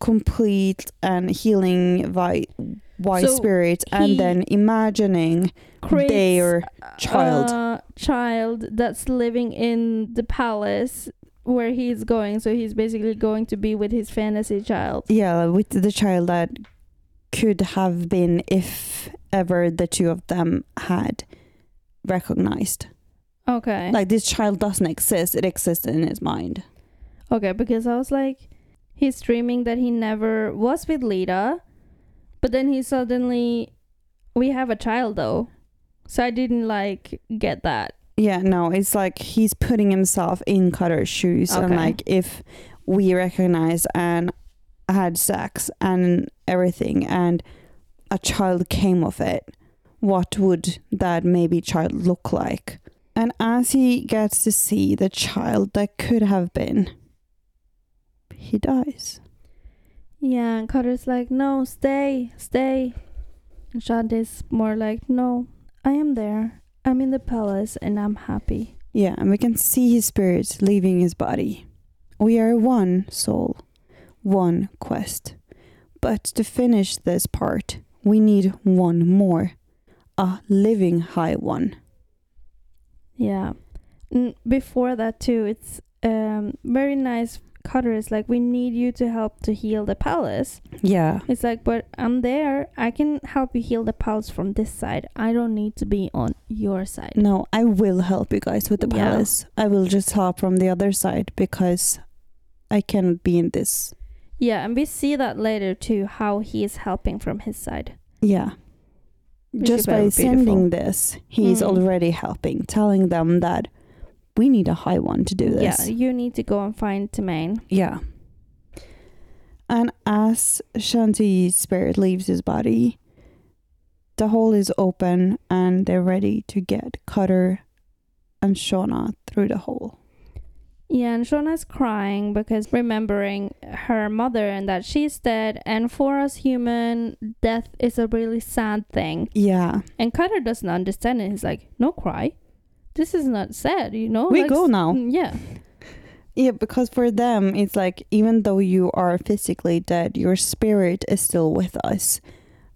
A: complete and healing white white
B: So
A: spirit,
B: he
A: and then imagining
B: creates
A: their child.
B: a child that's living in the palace where he's going. So he's basically going to be with his fantasy child.
A: yeah, with the child that could have been if ever the two of them had recognized.
B: Okay.
A: Like this child doesn't exist; it exists in his mind.
B: okay, because I was like, he's dreaming that he never was with Lita, but then he suddenly, we have a child though. So I didn't like get that.
A: Yeah, no, it's like he's putting himself in Cutter's shoes, and
B: Okay.
A: like if we recognize and had sex and everything, and a child came of it, what would that maybe child look like? And as he gets to see the child that could have been, he dies.
B: Yeah, and Cutter's like, no, stay, stay. And Shante's more like, no, I am there. I'm in the palace and I'm happy.
A: Yeah, and we can see his spirit leaving his body. We are one soul, one quest. But to finish this part, we need one more a living high one.
B: Yeah. N- before that too, it's um very nice. Cutter is like, we need you to help to heal the palace.
A: Yeah.
B: It's like, but I'm there. I can help you heal the palace from this side. I don't need to be on your side.
A: No, I will help you guys with the
B: Yeah.
A: palace. I will just help from the other side because I cannot be in this.
B: Yeah, and we see that later too, how he is helping from his side.
A: Yeah.
B: Which is
A: just by
B: very
A: sending this, he's
B: Mm.
A: already helping, telling them that we need a high one to do this.
B: Yeah, you need to go and find Tamain.
A: Yeah. And as Shanti's spirit leaves his body, the hole is open and they're ready to get Cutter and Shauna through the hole.
B: Yeah, and Shona's crying because remembering her mother and that she's dead. And for us human, death is a really sad thing.
A: Yeah.
B: And Cutter doesn't understand it. He's like, no cry. This is not sad, you know?
A: We
B: like,
A: go now.
B: mm, Yeah.
A: Oh, Yeah, because for them, it's like even though you are physically dead, your spirit is still with us.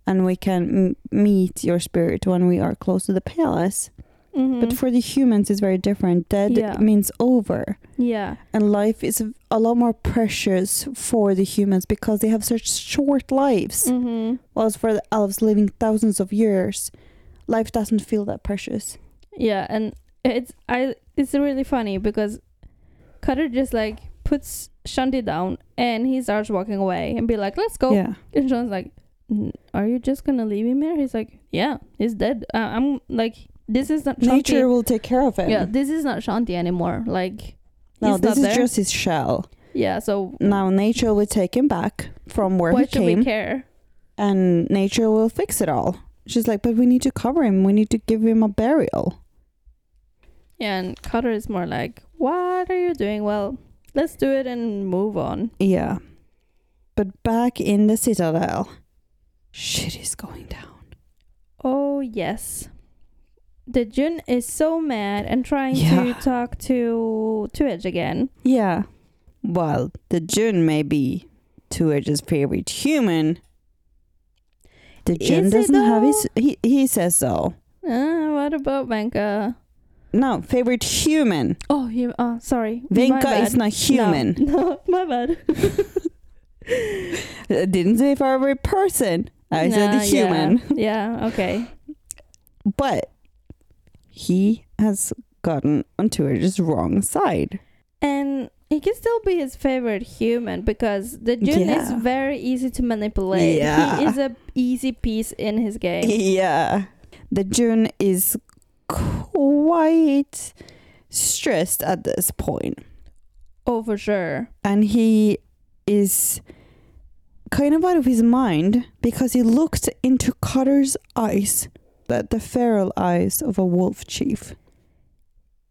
A: And we can m- meet your spirit when we are close to the palace.
B: Mhm.
A: But for the humans, it's very different. Dead
B: Yeah.
A: means over.
B: yeah.
A: and life is a lot more precious for the humans because they have such short lives.
B: hmm
A: Whereas for the elves living thousands of years, life doesn't feel that precious.
B: Yeah, and it's I it's really funny because Cutter just like puts Shanti down and he starts walking away and be like, "Let's go."
A: Yeah,
B: And Sean's like, "N- "Are you just gonna leave him here?" He's like, "Yeah, he's dead. Uh, I'm like, this is not Shanti.
A: nature will take care of him.
B: Yeah, this is not Shanti anymore. Like,
A: no,
B: he's
A: this
B: not
A: is
B: there.
A: just his shell.
B: yeah. So
A: Now nature will take him back from where
B: why
A: he
B: should we
A: came,
B: care?
A: and nature will fix it all. She's like, but we need to cover him. We need to give him a burial.
B: Yeah, and Cutter is more like, "What are you doing? Well, let's do it and move on."
A: Yeah, but back in the citadel, shit is going down.
B: Oh yes. The Jun is so mad and trying to
A: Yeah.
B: talk to to Edge again.
A: Yeah. Well, the Jun may be Two Edge's favorite human. The
B: Is
A: Jun
B: it
A: doesn't have his.
B: though?
A: He, he says so.
B: Uh, what about Venka?
A: No, favorite human.
B: Oh, you, oh sorry. My
A: Venka
B: bad.
A: is not human.
B: <laughs> No, no, my bad.
A: I didn't say favorite person. I said
B: Nah, yeah.
A: human.
B: Yeah, okay.
A: But he has gotten on Two Edge's wrong side.
B: And he can still be his favorite human because the Jun is
A: Yeah.
B: very easy to manipulate. He
A: Yeah.
B: is a easy piece in his game.
A: Yeah. The Jun is quite stressed at this point.
B: Oh, for sure.
A: and he is kind of out of his mind because he looked into Cutter's eyes, the, the feral eyes of a wolf chief.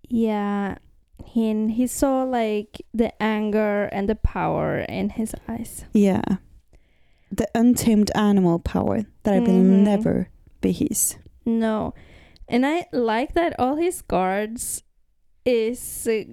B: Yeah. He, he saw like the anger and the power in his eyes.
A: Yeah. The untamed animal power that I will
B: Mhm.
A: never be <laughs> his.
B: No. And I like that all his guards is uh,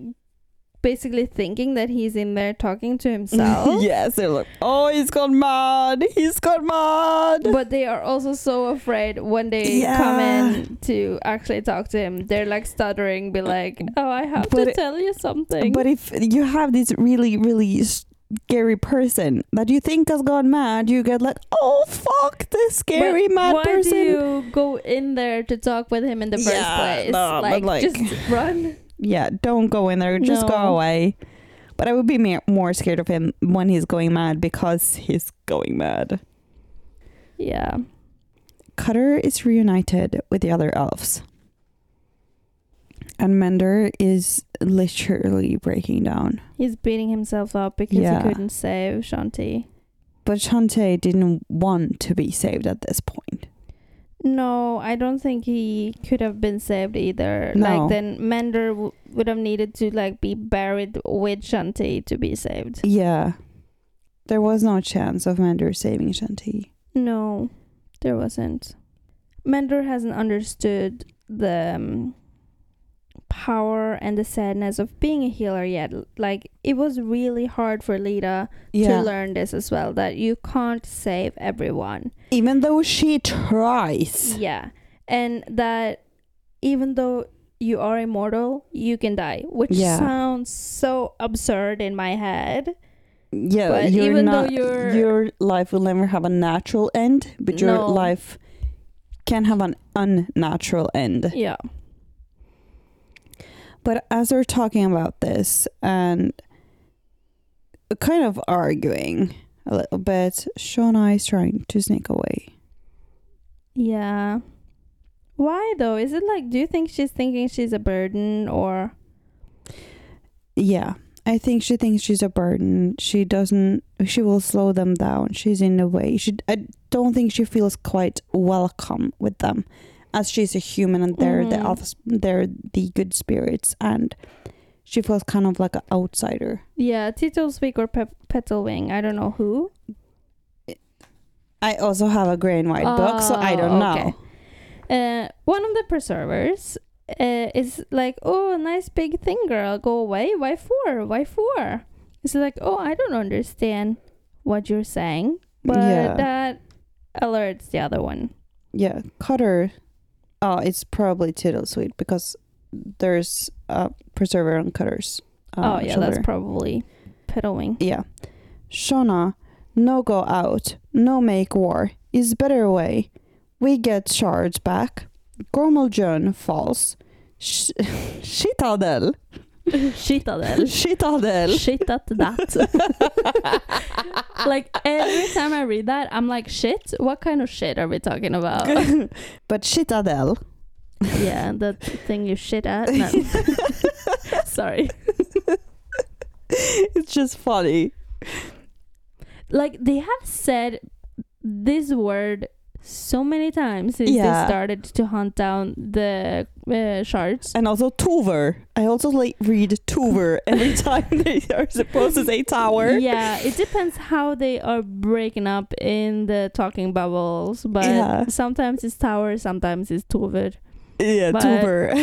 B: basically thinking that he's in there
A: <laughs>
B: talking to himself.
A: yes, they're like, oh, he's gone mad. He's gone mad.
B: But they are also so afraid when they
A: Yeah.
B: come in to actually talk to him. They're like stuttering, be like, "Oh, I have
A: But
B: to
A: it-
B: tell you something."
A: But if you have this really, really scary person that you think has gone mad, you get like, oh, fuck, this
B: But
A: scary mad
B: why
A: person.
B: do you go in there to talk with him in the first
A: Yeah,
B: place?
A: no, but
B: like,
A: like- <laughs>
B: just run.
A: Yeah, don't go in there. Just go
B: No.
A: away. But I would be ma- more scared of him when he's going mad because he's going mad.
B: Yeah.
A: Cutter is reunited with the other elves. And Mender is literally breaking down.
B: He's beating himself up because
A: Yeah.
B: he couldn't save Shanti.
A: But Shantae didn't want to be saved at this point.
B: No, I don't think he could have been saved either.
A: No.
B: Like then Mender w- would have needed to like be buried with Shanti to be saved.
A: Yeah. There was no chance of Mender saving Shantae.
B: No, there wasn't. Mender hasn't understood the um, power and the sadness of being a healer yet. Like it was really hard for Lita to learn this as well that you can't save everyone.
A: Even though she tries.
B: Yeah. And that even though you are immortal, you can die, which
A: Yeah.
B: sounds so absurd in my head.
A: Yeah,
B: But
A: you're
B: even though
A: not,
B: you're-
A: your life will never have a natural end, but your
B: No.
A: life can have an unnatural end.
B: Yeah.
A: But as we're talking about this and kind of arguing a little bit, Shauna is trying to sneak away.
B: Yeah. Why though? Is it like do you think she's thinking she's a burden or
A: Yeah, I think she thinks she's a burden. She doesn't. She will slow them down. She's in a way. She. I don't think she feels quite welcome with them, as she's a human and they're the
B: Mhm.
A: alpha. They're the good spirits, and she feels kind of like an outsider.
B: yeah, Titleswick or Pe- Petalwing, I don't know who.
A: I also have a gray and white book, so I don't
B: Oh, okay.
A: know.
B: Uh, one of the preservers uh, is like, "Oh, nice big thing, girl. Go away. Why for? Why for?" It's like, "Oh, I don't understand what you're saying," but
A: Yeah.
B: that alerts the other one.
A: Yeah, Cutter. Oh, it's probably Tittle Sweet because there's a preserver on Cutter's. uh,
B: oh, yeah,
A: shoulder.
B: that's probably
A: <laughs>
B: pedaling.
A: Yeah. Shauna, no go out, no make war, is better way. We get charge back. Gormaljon falls. Sh- <laughs> Shitadel.
B: Shit at that.
A: Shitadel.
B: Shit at
A: <laughs>
B: that. like every time I read that, I'm like, "Shit? What kind of shit are we
A: <laughs>
B: talking about?"
A: but Shitadel. <laughs>
B: yeah, that thing you shit at. No. Sorry.
A: It's just funny.
B: like they have said this word so many times since
A: Yeah.
B: they started to hunt down the uh, shards.
A: And also Tuver. I also like read Tuver every <laughs> time they are supposed to say tower.
B: Yeah, it depends how they are breaking up in the talking bubbles, but
A: Yeah.
B: sometimes it's tower, sometimes it's tuver.
A: Yeah, <laughs>
B: But-
A: Tuver.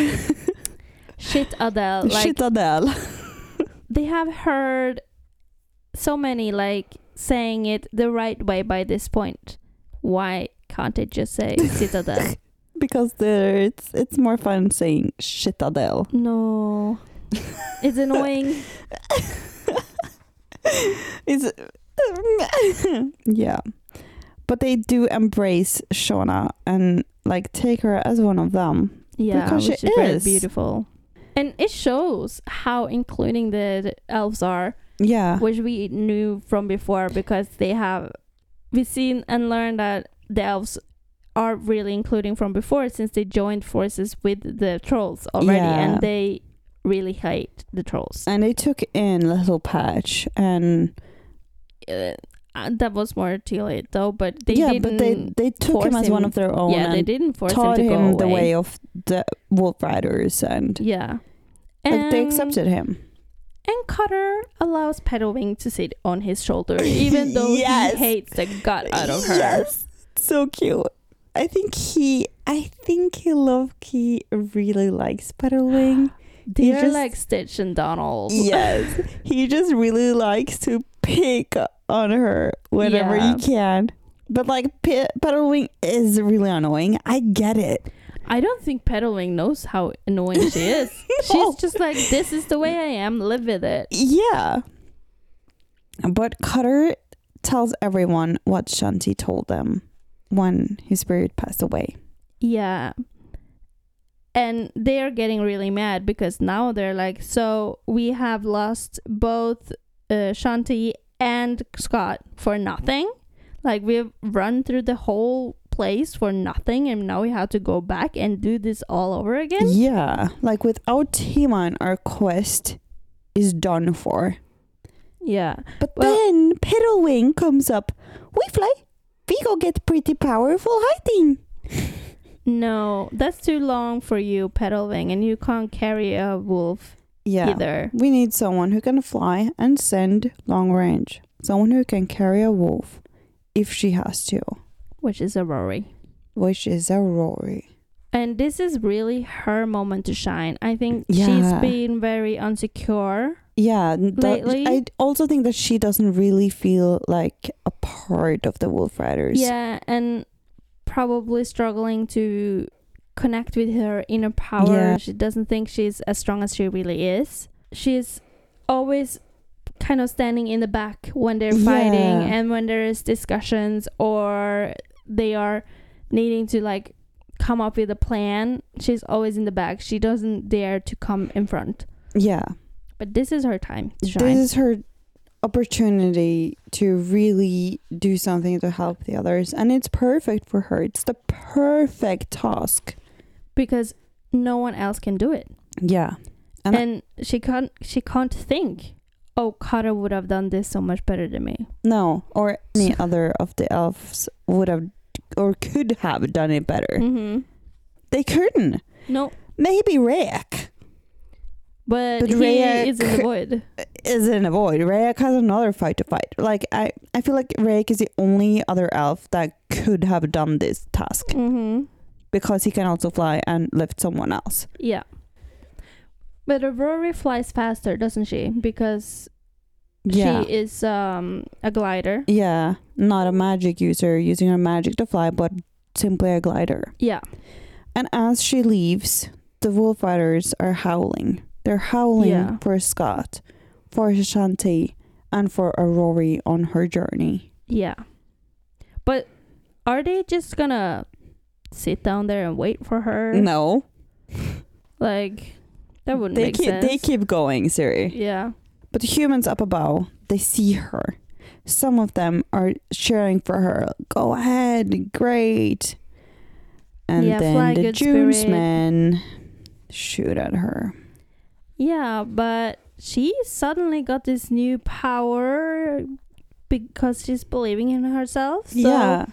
B: Shit,
A: <laughs>
B: Adele. Like
A: Shitadel.
B: they have heard so many like saying it the right way by this point. Why can't it just say citadel?
A: <laughs> Because there, it's it's more fun saying Shitadel.
B: no, it's annoying.
A: It's <laughs> yeah, but they do embrace Shauna and like take her as one of them.
B: Yeah,
A: Because
B: which
A: she
B: is very
A: is.
B: beautiful. And it shows how including the elves are,
A: Yeah,
B: which we knew from before because they have we've seen and learned that the elves are really including from before since they joined forces with the trolls already
A: Yeah.
B: and they really hate the trolls.
A: and they took in Little Patch and
B: Uh, and that was more too late though, but they
A: yeah,
B: didn't
A: but they they took him
B: force
A: as one
B: him-
A: of their own.
B: Yeah, they
A: and
B: didn't force him
A: taught
B: to
A: him,
B: go away.
A: the way of the Wolf Riders, and
B: Yeah.
A: like they
B: And-
A: accepted him.
B: And Cutter allows Petalwing to sit on his
A: <laughs>
B: shoulder, even though
A: Yes.
B: he hates the gut out of her.
A: Yes. So cute. I think he, I think he low key really likes Butterwing.
B: They
A: He
B: are
A: just-
B: like Stitch and Donald.
A: Yes. <laughs> he just really likes to pick on her whenever
B: Yeah.
A: he can. But like pe- pedaling is really annoying. I get it.
B: I don't think Peddling knows how annoying she
A: <laughs>
B: is.
A: No.
B: She's just like, this is the way I am. Live with it.
A: Yeah. But Cutter tells everyone what Shanti told them when his spirit passed away.
B: Yeah. And they are getting really mad because now they're like, so we have lost both uh, Shanti and Scott for nothing. Like, we've run through the whole place for nothing, and now we have to go back and do this all over again.
A: Yeah. Like without Timan, our quest is done for.
B: Yeah.
A: But
B: Well-
A: then Piddlewing comes up. We fly. We go get pretty powerful hiding.
B: No, that's too long for you pedaling, and you can't carry a wolf
A: Yeah.
B: either.
A: We need someone who can fly and send long range. Someone who can carry a wolf if she has to,
B: Which is a Rory.
A: which is a Rory.
B: And this is really her moment to shine. I think
A: Yeah.
B: she's been very unsecure.
A: Yeah, n- that-
B: Lately.
A: I also think that she doesn't really feel like a part of the Wolf Riders.
B: Yeah, and probably struggling to connect with her inner power.
A: Yeah.
B: She doesn't think she's as strong as she really is. She's always kind of standing in the back when they're fighting
A: Yeah.
B: and when there is discussions or they are needing to like come up with a plan. She's always in the back. She doesn't dare to come in front.
A: yeah.
B: But this is her time to shine.
A: This is her opportunity to really do something to help the others, and it's perfect for her. It's the perfect task.
B: because no one else can do it
A: Yeah,
B: and,
A: And-
B: she can't she can't think oh kara would have done this so much better than me
A: no, or any other of the elves would have or could have done it better.
B: mm-hmm.
A: They couldn't.
B: no
A: Maybe Rek
B: but,
A: But
B: he
A: Rhea
B: is in the
A: cou-
B: void
A: is in a void. Rek has another fight to fight. Like I, I feel like Rek is the only other elf that could have done this task
B: mm-hmm.
A: because he can also fly and lift someone else.
B: yeah but Rory flies faster doesn't she because
A: Yeah.
B: she is um a glider
A: yeah, not a magic user using her magic to fly, but simply a glider.
B: yeah
A: And as she leaves, the wolf riders are howling. They're howling
B: Yeah.
A: for Scott, for Shanti, and for Aurori on her journey.
B: yeah but are they just gonna sit down there and wait for her
A: No,
B: like that wouldn't
A: they
B: make
A: keep
B: sense
A: they keep going, Siri.
B: yeah
A: But the humans up above, they see her. Some of them are cheering for her. Go ahead, great. And
B: Yeah, fly,
A: then the
B: good spirit.
A: Junesmen shoot at her.
B: Yeah, but she suddenly got this new power because she's believing in herself. So,
A: yeah,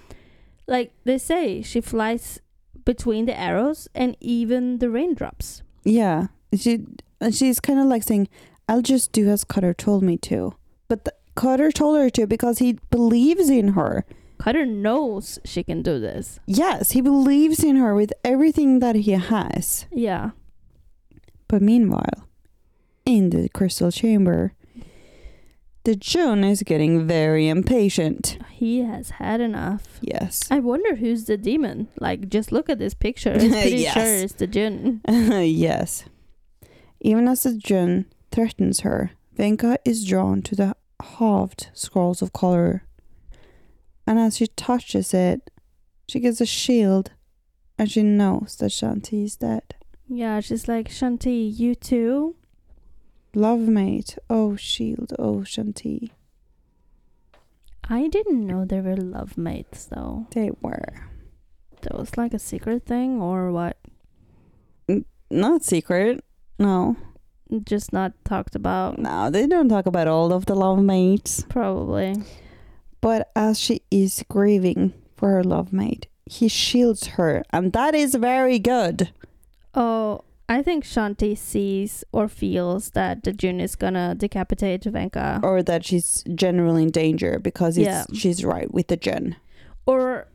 B: Like they say, she flies between the arrows and even the raindrops.
A: yeah. She and she's kind of like saying, "I'll just do as Cutter told me to." But the, Cutter told her to because he believes in her.
B: Cutter knows she can do this.
A: Yes, he believes in her with everything that he has.
B: Yeah.
A: But meanwhile, in the crystal chamber, the June is getting very impatient.
B: He has had enough.
A: Yes.
B: I wonder who's the demon. Like, just look at this picture.
A: <laughs>
B: It's pretty
A: Yes.
B: sure it's the Jin.
A: <laughs> yes. Even as the June threatens her, Venka is drawn to the halved scrolls of color. And as she touches it, she gets a shield and she knows that Shanti is dead.
B: Yeah, she's like, Shanti, you too?
A: Love mate, oh shield, oh Shanti.
B: I didn't know they were love mates, though.
A: They were.
B: That was like a secret thing, or what?
A: Not secret. No.
B: just not talked about.
A: No, they don't talk about all of the love mates.
B: Probably.
A: But as she is grieving for her love mate, he shields her, and that is very good.
B: Oh, I think Shanti sees or feels that the June is gonna decapitate Venka.
A: Or that she's generally in danger because it's,
B: Yeah.
A: she's right with the Jin.
B: Or,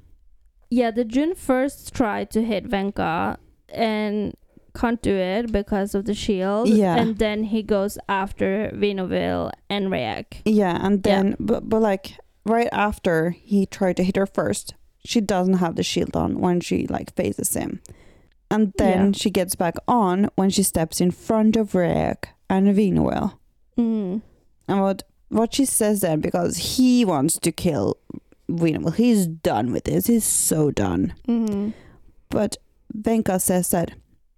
B: yeah, the June first tried to hit Venka and can't do it because of the shield.
A: Yeah.
B: And then he goes after Vinoville and Rayek.
A: Yeah, and
B: Yeah.
A: then but but like right after he tried to hit her first, she doesn't have the shield on when she like faces him. And then
B: Yeah.
A: she gets back on when she steps in front of Rick and Vinwell.
B: Mm.
A: And what what she says then because he wants to kill Vinwell. He's done with this. He's so done.
B: Mm-hmm.
A: But Venka says that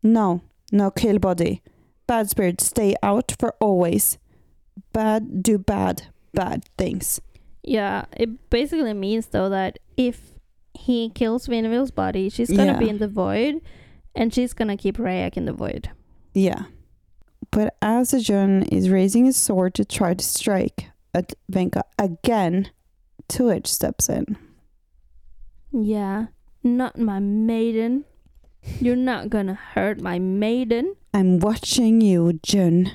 A: no, no kill body. Bad spirit stay out for always. Bad do bad bad things.
B: Yeah, it basically means though that if he kills Vinville's body, she's gonna
A: Yeah.
B: be in the void, and she's gonna keep Rayak in the void.
A: Yeah. But as Ajun is raising his sword to try to strike at Venka again, Tuich steps in.
B: Yeah, not my maiden. You're not gonna hurt my maiden.
A: I'm watching you, Jun.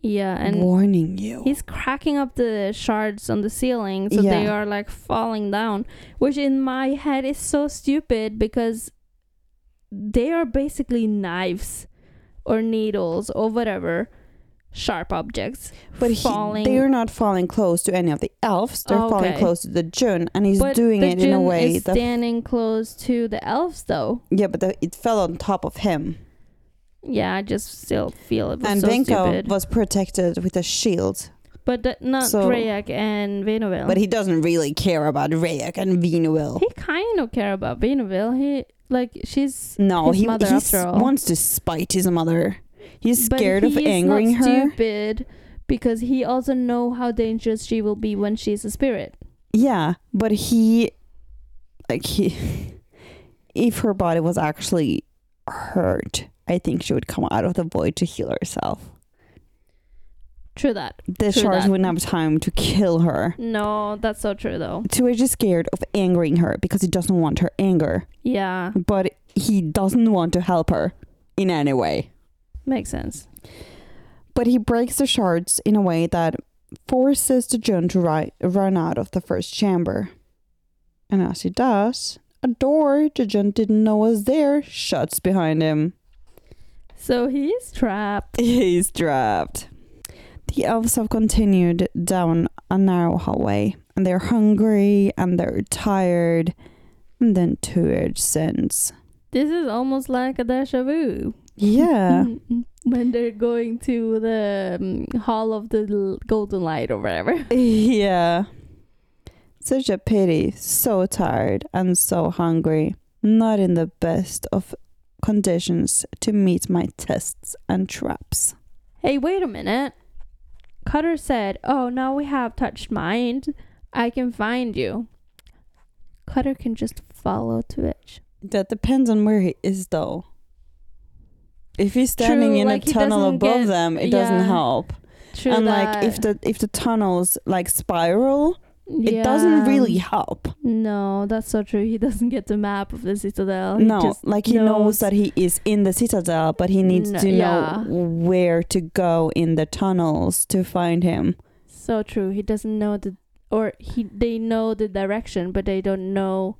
B: Yeah, and
A: warning you.
B: he's cracking up the shards on the ceiling, so they
A: Yeah.
B: are like falling down, which in my head is so stupid because they are basically knives or needles or whatever sharp objects
A: but he,
B: falling. Oh,
A: they are not falling close to any of the elves. They're falling
B: Okay.
A: close to the Jun, and he's doing
B: the
A: it in a
B: Jinn
A: way
B: is
A: that.
B: standing close to the elves, though.
A: yeah, but the, it fell on top of him.
B: Yeah, I just still feel it was
A: And
B: so
A: Venka
B: stupid.
A: was protected with a shield.
B: but that, not
A: so-
B: Rayek and Vinoville.
A: But he doesn't really care about Rayek and Vinuil.
B: he kind of care about Vinoville. He like she's
A: No,
B: his
A: he,
B: mother
A: he
B: after
A: s-
B: all.
A: wants to spite his mother. He's scared
B: but
A: of
B: he is
A: angering
B: not
A: her.
B: Stupid, because he also know how dangerous she will be when she's a spirit.
A: Yeah, but he, like he, <laughs> if her body was actually hurt, I think she would come out of the void to heal herself.
B: True that.
A: The
B: True
A: shards
B: that.
A: wouldn't have time to kill her.
B: No, that's so true though.
A: Tuij is scared of angering her because he doesn't want her anger,
B: Yeah,
A: but he doesn't want to help her in any way.
B: makes sense.
A: But he breaks the shards in a way that forces the Jun to ri- run out of the first chamber. And as he does, a door the Jun didn't know was there shuts behind him.
B: So he's
A: <laughs>
B: trapped.
A: He's trapped. The elves have continued down a narrow hallway, and they're hungry and they're tired. And then Tuird <laughs> sends.
B: This is almost like a deja vu.
A: Yeah.
B: Mm, when they're going to the um, hall of the l- golden light or whatever
A: Yeah. Such a pity. So tired and so hungry. Not in the best of conditions to meet my tests and traps.
B: hey wait a minute cutter said oh now we have touched mind i can find you cutter can just follow twitch
A: That depends on where he is, though. If he's standing
B: True,
A: in
B: like,
A: a
B: he
A: tunnel
B: doesn't
A: above
B: get-
A: them, it doesn't
B: yeah.
A: help.
B: True
A: and
B: that.
A: like if the if the tunnels like spiral, it doesn't
B: Yeah.
A: really help.
B: no that's so true he doesn't get the map of the citadel He
A: no,
B: just
A: like he knows.
B: knows-
A: that he is in the citadel, but he needs
B: No-
A: to know
B: yeah.
A: where to go in the tunnels to find him.
B: so true he doesn't know the or he they know the direction but they don't know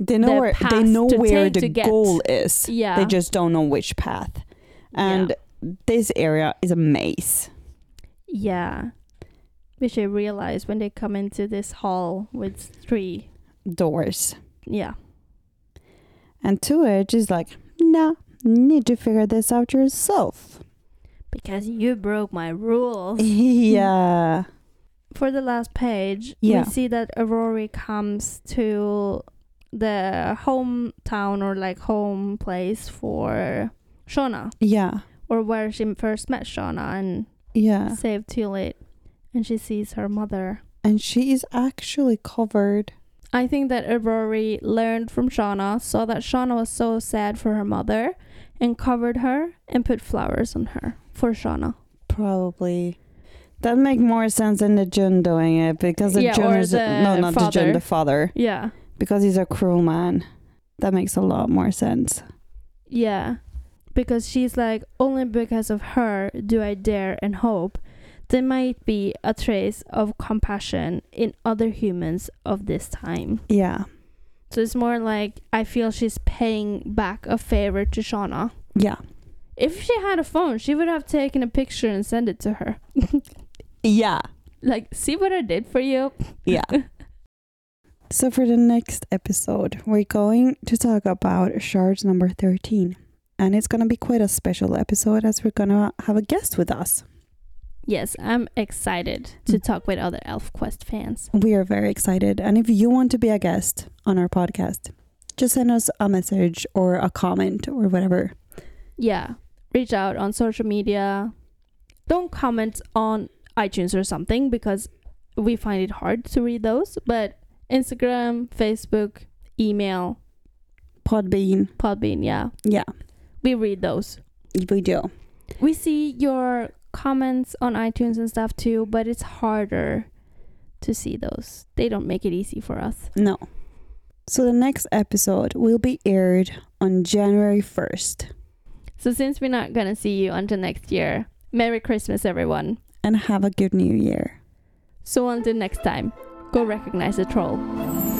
A: They know
B: The
A: where they
B: path
A: know
B: to
A: where
B: take
A: the
B: to get.
A: goal is.
B: yeah
A: They just don't know which path. And this area is a maze.
B: Yeah. Which I realize when they come into this hall with three.
A: Doors.
B: Yeah.
A: And Tuij is like, nah, need to figure this out
B: <laughs>
A: yourself.
B: Because you broke my rules.
A: yeah.
B: For the last page,
A: Yeah.
B: we see that Aurora comes to the hometown or like home place for Shauna,
A: Yeah.
B: or where she first met Shauna and
A: Yeah.
B: saved Tulip. And she sees her mother.
A: And she is actually covered.
B: I think that Aurori learned from Shauna, saw that Shauna was so sad for her mother, and covered her and put flowers on her for Shauna.
A: Probably. That make more sense than the Jun doing it because the
B: Yeah,
A: Jun
B: or
A: is
B: the
A: no not the Jun
B: father.
A: the father
B: Yeah.
A: because he's a cruel man. That makes a lot more sense.
B: Yeah. Because she's like, only because of her do I dare and hope there might be a trace of compassion in other humans of this time.
A: Yeah,
B: So it's more like I feel she's paying back a favor to Shauna.
A: Yeah.
B: If she had a phone, she would have taken a picture and sent it to her.
A: Yeah.
B: Like, see what I did for you?
A: Yeah. So, for the next episode, we're going to talk about charge number 13. And it's going to be quite a special episode as we're going to have a guest with us.
B: <laughs> Yes, I'm excited to
A: Mm.
B: talk with other ElfQuest fans.
A: We are very excited. And if you want to be a guest on our podcast, just send us a message or a comment or whatever.
B: Yeah, reach out on social media. Don't comment on iTunes or something because we find it hard to read those. But Instagram, Facebook, email,
A: Podbean.
B: Podbean, yeah,
A: Yeah,
B: we read those.
A: we do.
B: We see your comments on iTunes and stuff too, but it's harder to see those. They don't make it easy for us.
A: No. So, the next episode will be aired on January 1st.
B: So since we're not gonna see you until next year, Merry Christmas, everyone.
A: And have a good new year.
B: So until next time, go recognize the troll.